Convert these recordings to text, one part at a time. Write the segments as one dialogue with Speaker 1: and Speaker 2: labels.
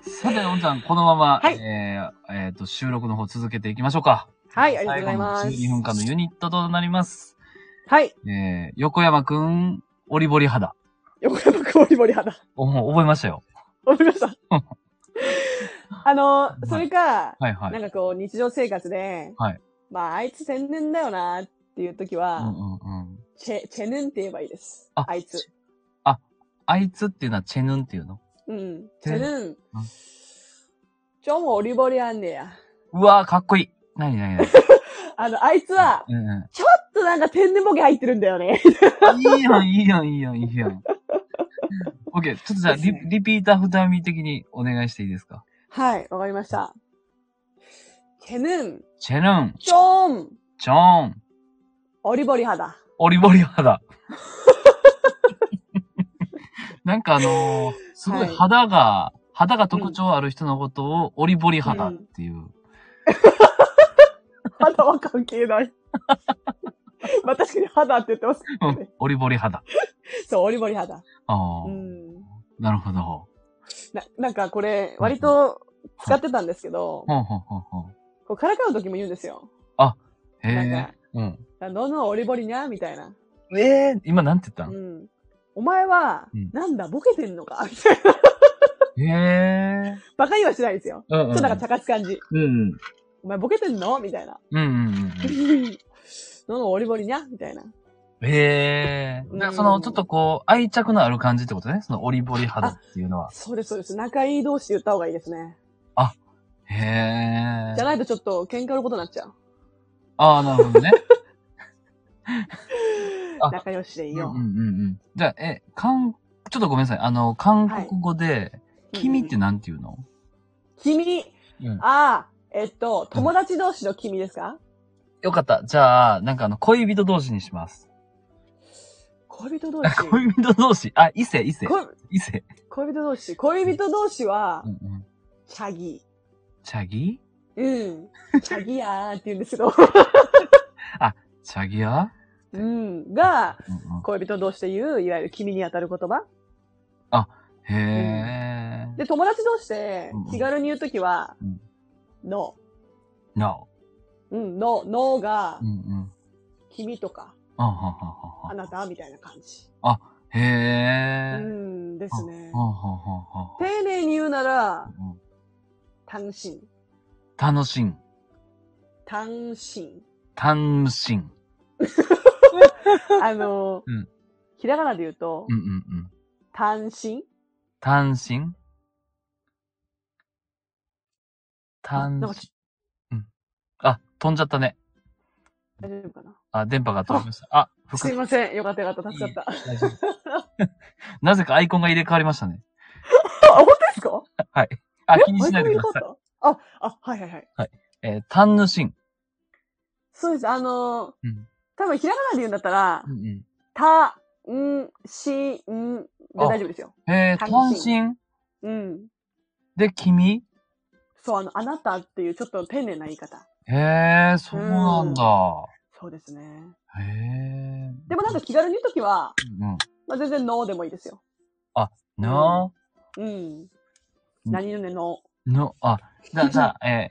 Speaker 1: さて、おんちゃん、このまま、
Speaker 2: はい
Speaker 1: えーえーと、収録の方続けていきましょうか。
Speaker 2: はい、ありがとうございます。
Speaker 1: 12分間のユニットとなります。
Speaker 2: はい。
Speaker 1: えー、横山くん、オリボリ肌。
Speaker 2: 横山くん、ボリボリ肌。
Speaker 1: お、もう覚えましたよ。
Speaker 2: わかりま した。あの、それか、
Speaker 1: はいはい。
Speaker 2: なんかこう、日常生活で、
Speaker 1: はい
Speaker 2: まあ、あいつ千年だよなっていう時は、
Speaker 1: うんうんうん。
Speaker 2: チェ、チェヌンって言えばいいです。
Speaker 1: あ
Speaker 2: あいつ。
Speaker 1: あいつっていうのはチェヌンっていうの
Speaker 2: うん。
Speaker 1: チ
Speaker 2: チ
Speaker 1: ェ
Speaker 2: ェヌン。ちょもオリボリあんねや。
Speaker 1: うわー、かっこいい。なになになに
Speaker 2: あの、あいつは、
Speaker 1: うんう
Speaker 2: ちょっとなんか天然ボケ入ってるんだよね。
Speaker 1: ん。いいやん、いいやん、いいやん、いい やん。オッケー、ちょっとじゃあ、
Speaker 2: です
Speaker 1: リ
Speaker 2: ね
Speaker 1: リピーター二人的にお願いしていいですか
Speaker 2: はい、わかりました。チェヌン、
Speaker 1: チェヌン、
Speaker 2: ちょーん、
Speaker 1: チョーン、
Speaker 2: オリボリ肌。
Speaker 1: オリボリ肌。 なんかあのーすごい
Speaker 2: はい
Speaker 1: 肌が、肌が特徴ある人のことをオリボリ肌っていう。
Speaker 2: 肌は関係ない。まあ確かに肌って言ってます。
Speaker 1: うんオリボリ肌。
Speaker 2: そう、オリボリ肌。
Speaker 1: ああ、
Speaker 2: うん。
Speaker 1: なるほど。
Speaker 2: な、なんかこれ、割と使ってたんですけど、
Speaker 1: ほうほうほうほう。
Speaker 2: こうからかう時も言うんですよ。
Speaker 1: へ
Speaker 2: なん
Speaker 1: え
Speaker 2: か。
Speaker 1: うん。
Speaker 2: どんどんオリボリにゃみたいな。
Speaker 1: ええ今なんて言った、
Speaker 2: うんん。お前は
Speaker 1: うん、
Speaker 2: なんだ、ボケてんのかみ たいな。
Speaker 1: へえ。
Speaker 2: バカにはしないですよ。
Speaker 1: うんう
Speaker 2: ちょ
Speaker 1: ん。
Speaker 2: っとなんか茶化す感じ。
Speaker 1: うんうん。
Speaker 2: お前ボケてんのみたいな。
Speaker 1: うんうんうんうん。
Speaker 2: どんどんオリボリにゃみたいな。
Speaker 1: へえ。だからその、ちょっとこう、愛着のある感じってことね。その、オリボリ肌っていうのは。
Speaker 2: そうです、そうです。仲いい同士で言った方がいいですね。
Speaker 1: へえ
Speaker 2: じゃ。ないとちょっと喧嘩のことになっちゃう。
Speaker 1: ああ、なるほどね。あ
Speaker 2: 仲良しでいいうよ。
Speaker 1: んうんうん。じゃあ、え、韓、ちょっとごめんなさい。あの、韓国語で、
Speaker 2: うん
Speaker 1: 君ってなんて言うの
Speaker 2: 君、
Speaker 1: うん
Speaker 2: ああ、えっと、友達同士の君ですか、
Speaker 1: よかった。じゃあ、なんかあの、恋人同士にします。
Speaker 2: 恋人同士
Speaker 1: 恋人同士。あ、異性、異性。
Speaker 2: こ
Speaker 1: 異性。
Speaker 2: 恋人同士。恋人同士は
Speaker 1: うん、うん。
Speaker 2: チャギ。
Speaker 1: チャギ
Speaker 2: うん。チャギやーって言うんですけど。
Speaker 1: チャギや
Speaker 2: うん。が、
Speaker 1: うんうん。
Speaker 2: 恋人同士で言う、いわゆる君に当たる言葉。
Speaker 1: へえ。
Speaker 2: で、友達同士で
Speaker 1: うん
Speaker 2: 気軽に言うときは
Speaker 1: うん、
Speaker 2: の、
Speaker 1: なお。
Speaker 2: うん、の、のが
Speaker 1: うん、うん。
Speaker 2: 君とか、
Speaker 1: あははは
Speaker 2: あ
Speaker 1: は。
Speaker 2: なたみたいな感じ。
Speaker 1: へ
Speaker 2: う
Speaker 1: え。
Speaker 2: ん、ですね
Speaker 1: は。ははは。
Speaker 2: 丁寧に言うなら、
Speaker 1: うん
Speaker 2: 単身。
Speaker 1: 楽しん。
Speaker 2: 単身。
Speaker 1: 楽しん。
Speaker 2: あの、
Speaker 1: うん
Speaker 2: ひらがなで言うと
Speaker 1: う、んうんうん。
Speaker 2: 単身
Speaker 1: 単身単
Speaker 2: なんか
Speaker 1: 身。うん。あ、飛んじゃったね。
Speaker 2: 大丈夫かな
Speaker 1: あ、電波が飛びました。あ、
Speaker 2: す
Speaker 1: 復
Speaker 2: いません。よかったよかった。助かった。
Speaker 1: 大丈夫 なぜかアイコンが入れ替わりましたね。
Speaker 2: あ、本当ですか
Speaker 1: はい。あ、気にしないでください。
Speaker 2: い。あ、あ、はいはいはい。
Speaker 1: えー、単ぬしん。
Speaker 2: そうです。あのー
Speaker 1: うん
Speaker 2: 多分ひらがなで言うんだったら
Speaker 1: う、ん
Speaker 2: た、ん、し、んで大丈夫ですよ。
Speaker 1: うん。えー、単
Speaker 2: 単身
Speaker 1: 身
Speaker 2: うん。
Speaker 1: で君
Speaker 2: そう、あの、あなたっていうちょっと丁寧な言い方。
Speaker 1: へえ、そうなんだ。
Speaker 2: そうですね。
Speaker 1: へえ。
Speaker 2: でもなんか気軽に言うときは、
Speaker 1: うんうん。
Speaker 2: まあ、全然のでもいいですよ。
Speaker 1: の、
Speaker 2: うん。何々の。
Speaker 1: の、あ、じゃあ、じゃあ、え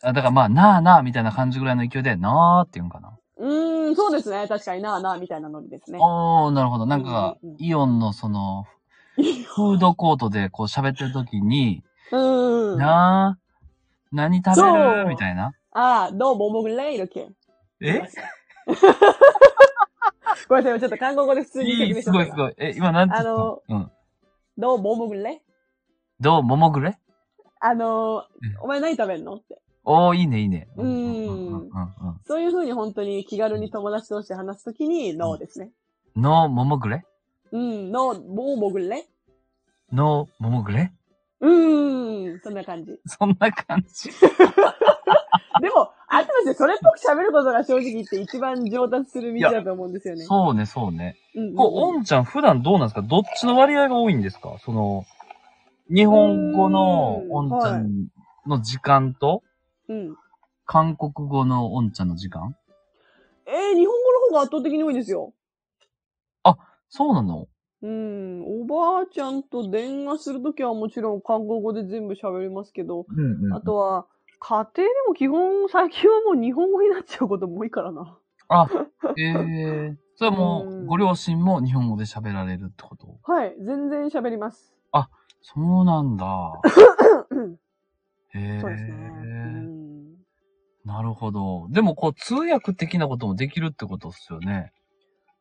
Speaker 1: ー、あだからまあ、なあなあみたいな感じぐらいの勢いで、なあって言うんかな。
Speaker 2: うーん、そうですね。確かになあなあみたいなノリですね。
Speaker 1: おー、なるほど。なんか
Speaker 2: うんうん、うん
Speaker 1: イオンのその、フードコートでこう喋ってる時に、
Speaker 2: うん。あ
Speaker 1: なあ、何食べ
Speaker 2: そう
Speaker 1: るみたいな。
Speaker 2: あ、どうももぐれいるけ。
Speaker 1: え
Speaker 2: ごめんなさい。ちょっと韓国語で普通に
Speaker 1: い
Speaker 2: 説明
Speaker 1: い、すご
Speaker 2: しまし
Speaker 1: い
Speaker 2: た
Speaker 1: す
Speaker 2: が。
Speaker 1: ごい。え、今なんて言った
Speaker 2: あの
Speaker 1: うん。
Speaker 2: どうももぐれ
Speaker 1: どう、ももぐれ
Speaker 2: あのー
Speaker 1: うん
Speaker 2: お前何食べんのって。
Speaker 1: おー、いいね、いいね。
Speaker 2: うーん
Speaker 1: うんうんうん
Speaker 2: そういうふうに本当に気軽に友達同士で話すときに、ノーですね。
Speaker 1: うんの、ももぐれ
Speaker 2: うん、ノー、もうもぐれ
Speaker 1: の、ももぐれ
Speaker 2: うーん、そんな感じ。
Speaker 1: そんな感じ。
Speaker 2: でも、あたしてそれっぽく喋ることが正直言って一番上達する道だと思うんですよね。
Speaker 1: そうね、そうね。
Speaker 2: うんうん
Speaker 1: こう、おんちゃん普段どうなんですかどっちの割合が多いんですかその、日本語の
Speaker 2: うーん
Speaker 1: おんちゃんの時間と、
Speaker 2: うん。
Speaker 1: 韓国語のおんちゃんの時間
Speaker 2: えー、日本語の方が圧倒的に多いですよ。
Speaker 1: そうなの
Speaker 2: うん、おばあちゃんと電話するときはもちろん韓国語で全部喋りますけど、
Speaker 1: うんうん
Speaker 2: あとは、家庭でも基本、最近はもう日本語になっちゃうことも多いからな。
Speaker 1: あ、ええそれはも
Speaker 2: う
Speaker 1: う、
Speaker 2: ん
Speaker 1: ご両親も日本語で喋られるってこと
Speaker 2: はい、全然喋ります。
Speaker 1: そうなんだ。
Speaker 2: うん
Speaker 1: へえ
Speaker 2: そうですね。うん
Speaker 1: なるほど。でも、こう、通訳的なこともできるってことっすよね。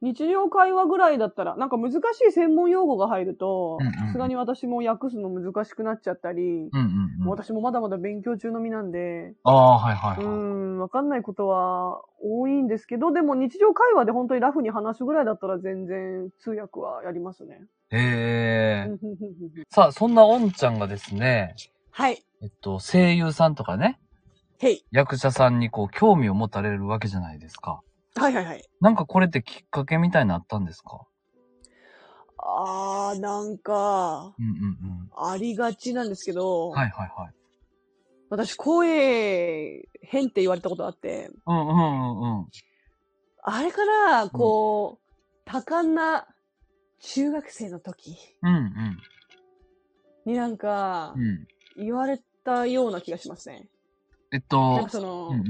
Speaker 2: 日常会話ぐらいだったら、なんか難しい専門用語が入ると
Speaker 1: うんうん、
Speaker 2: さすがに私も訳すの難しくなっちゃったり、
Speaker 1: うんうん、
Speaker 2: も
Speaker 1: う。
Speaker 2: うん私もまだまだ勉強中の身なんで、
Speaker 1: ああ、はいは
Speaker 2: う
Speaker 1: いはい。
Speaker 2: ん、わかんないことは多いんですけど、でも日常会話で本当にラフに話すぐらいだったら全然通訳はやりますね。
Speaker 1: へえ
Speaker 2: うんうんうんうん
Speaker 1: さあ、そんなおんちゃんがですね、
Speaker 2: はい。
Speaker 1: えっと、声優さんとかね、
Speaker 2: へい。
Speaker 1: 役者さんにこう、興味を持たれるわけじゃないですか。
Speaker 2: はいはいはい。
Speaker 1: なんかこれってきっかけみたいなのあったんですか
Speaker 2: あー、なんか、
Speaker 1: うんうんうん。
Speaker 2: ありがちなんですけど、
Speaker 1: はいはいはい。
Speaker 2: 私声変って言われたことあって、
Speaker 1: うんうんうんうん。
Speaker 2: あれから、こう、多感な中学生の時
Speaker 1: うん
Speaker 2: になんか
Speaker 1: うん。う、ん。
Speaker 2: 言われたような気がしますね。
Speaker 1: えっ
Speaker 2: なん
Speaker 1: と
Speaker 2: か、その、
Speaker 1: うんうん。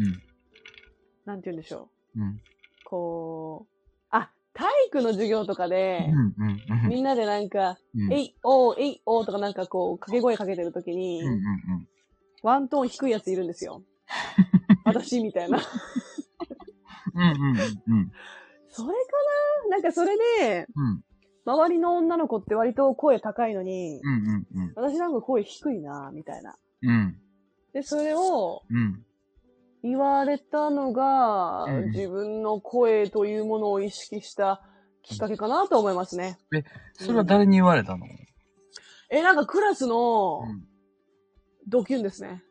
Speaker 2: なんて言うんでしょ
Speaker 1: うん
Speaker 2: う。こう、あ、体育の授業とかで
Speaker 1: う、んうんうん。
Speaker 2: みんなでなんか、
Speaker 1: うん
Speaker 2: えいおー、えいおーとかなんかこう、掛け声かけてる時に
Speaker 1: うん、うんうん。
Speaker 2: ワントーン低いやついるんで すよ。私みたいな。
Speaker 1: うんうんうん
Speaker 2: それかななんかそれで、
Speaker 1: うん。
Speaker 2: 周りの女の子って割と声高いのに、
Speaker 1: うんうんうん。
Speaker 2: 私なんか声低いなみたいな。
Speaker 1: うん
Speaker 2: で、それを
Speaker 1: うん。
Speaker 2: 言われたのが、
Speaker 1: うん
Speaker 2: 自分の声というものを意識したきっかけかなと思いますね。
Speaker 1: それは誰に言われたの
Speaker 2: え、なんかクラスの
Speaker 1: うん
Speaker 2: ドキュンで すね。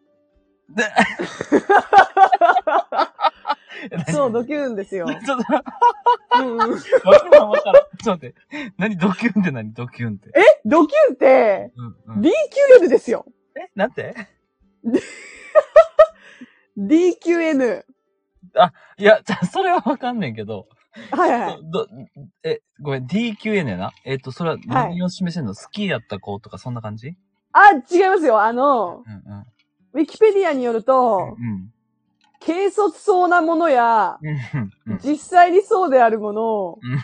Speaker 1: で
Speaker 2: そう、ドキュンですよ。
Speaker 1: ちょっと、わ
Speaker 2: うんうん
Speaker 1: けもわからん。ちょっと待って。何ドキュンって何ドキュンって。え
Speaker 2: ドキュンって、
Speaker 1: うんうん。
Speaker 2: D 級 N ですよ。
Speaker 1: えなんて
Speaker 2: D 級 N。
Speaker 1: いや、じゃあそれはわかんねんけど。
Speaker 2: はいはい。
Speaker 1: ど、え、ごめん、DQN やな。えっ、と、それは何を示してんの、好きやった子とかそんな感じ
Speaker 2: あ、違いますよ。あの、
Speaker 1: うんうん。
Speaker 2: ウィキペディアによると、
Speaker 1: うん。
Speaker 2: 軽率そうなものや、
Speaker 1: うんうん。
Speaker 2: 実際にそうであるものを
Speaker 1: うん、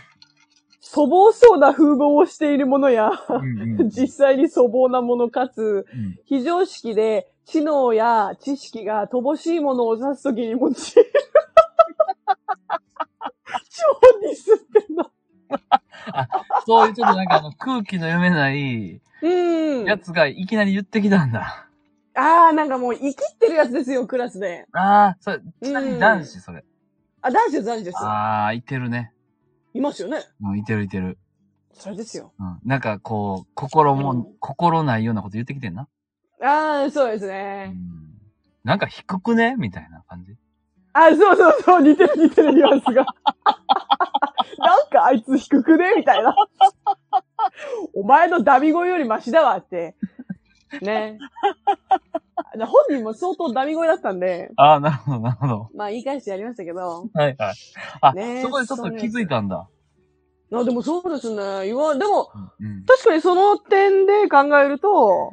Speaker 2: 粗暴そうな風貌をしているものや、
Speaker 1: うんうん。
Speaker 2: 実際に粗暴なものかつ、
Speaker 1: うん
Speaker 2: 非常識で知能や知識が乏しいものを指すときに用いる。超ディスってんな。
Speaker 1: そういうちょっとなんかあの空気の読めない
Speaker 2: うん。
Speaker 1: やつがいきなり言ってきたんだ。
Speaker 2: あー、なんかもう生きってるやつですよ、クラスで。
Speaker 1: ああ、それ、ちなみに男子それ。
Speaker 2: あ、男子です、男子です。
Speaker 1: ああ、いてるね。
Speaker 2: いますよね。
Speaker 1: うん、いてるいてる。
Speaker 2: それですよ。
Speaker 1: うん。なんかこう、心も、
Speaker 2: うん
Speaker 1: 心ないようなこと言ってきてんな。
Speaker 2: あー、そうです
Speaker 1: う
Speaker 2: ね。
Speaker 1: ん。なんか低くねみたいな感じ。
Speaker 2: あ、そうそうそう、似てる似てるニュアンスが。 なんかあいつ低くねみたいな。お前のダミ声よりマシだわって。ね。で本人も相当ダミ声だったんで、
Speaker 1: ああ、なるほど、なるほど。
Speaker 2: まあ言い返してやりましたけど。
Speaker 1: はいはい。あ、
Speaker 2: ねえ
Speaker 1: そこでちょっと気づいたんだ。
Speaker 2: あでもそうですね。言わ、でも、
Speaker 1: うん。
Speaker 2: 確かにその点で考えると、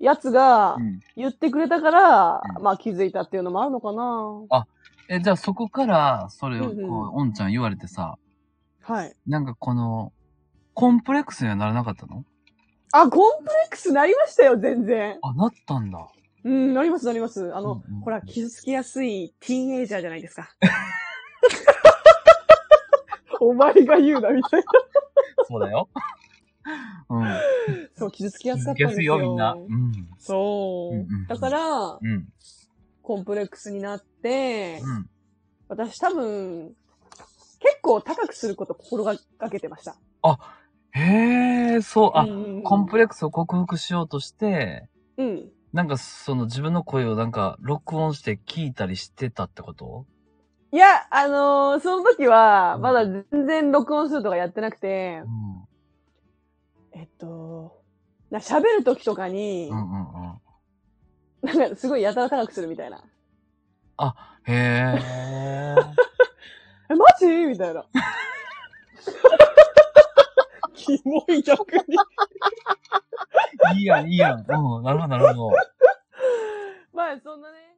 Speaker 2: やつが
Speaker 1: うん
Speaker 2: 言ってくれたから、
Speaker 1: うん
Speaker 2: まあ気づいたっていうのもあるのかな。
Speaker 1: え、じゃあそこから、それをこう、
Speaker 2: うんうん
Speaker 1: おんちゃん言われてさ、
Speaker 2: はい。
Speaker 1: なんかこの、コンプレックスにはならなかったの
Speaker 2: あ、コンプレックスなりましたよ、全然。
Speaker 1: あ、なったんだ。
Speaker 2: うん、なります、なります。あの、
Speaker 1: うんうん
Speaker 2: ほら、傷つきやすいティーンエイジャーじゃないで すか。お前が言うな、みたい
Speaker 1: そうだよ。 うん。
Speaker 2: な。そう、傷つきやすか
Speaker 1: 安
Speaker 2: ったんです
Speaker 1: い
Speaker 2: よ。
Speaker 1: よ、みんな。うん。
Speaker 2: そう。
Speaker 1: うんうんうん
Speaker 2: だから、
Speaker 1: うん。
Speaker 2: コンプレックスになって、
Speaker 1: うん。
Speaker 2: 私多分、結構高くすること心がけてました。
Speaker 1: へえ、そう、あ、コンプ
Speaker 2: レ
Speaker 1: レックスを克服しようとして、
Speaker 2: うん。
Speaker 1: なんかその自分の声をなんか録音して聞いたりしてたってこと
Speaker 2: いや、あのーその時は、
Speaker 1: うん
Speaker 2: まだ全然録音するとかやってなくて
Speaker 1: う、ん。
Speaker 2: えっと、な喋る時とかに
Speaker 1: う、んうんうん。
Speaker 2: なんかすごいやたら高くするみたいな。
Speaker 1: へ え。
Speaker 2: え、マジみたいな。キモい逆に。
Speaker 1: いいやん、いいやん。うん、なるほど、なるほど。
Speaker 2: まあ、そんなね。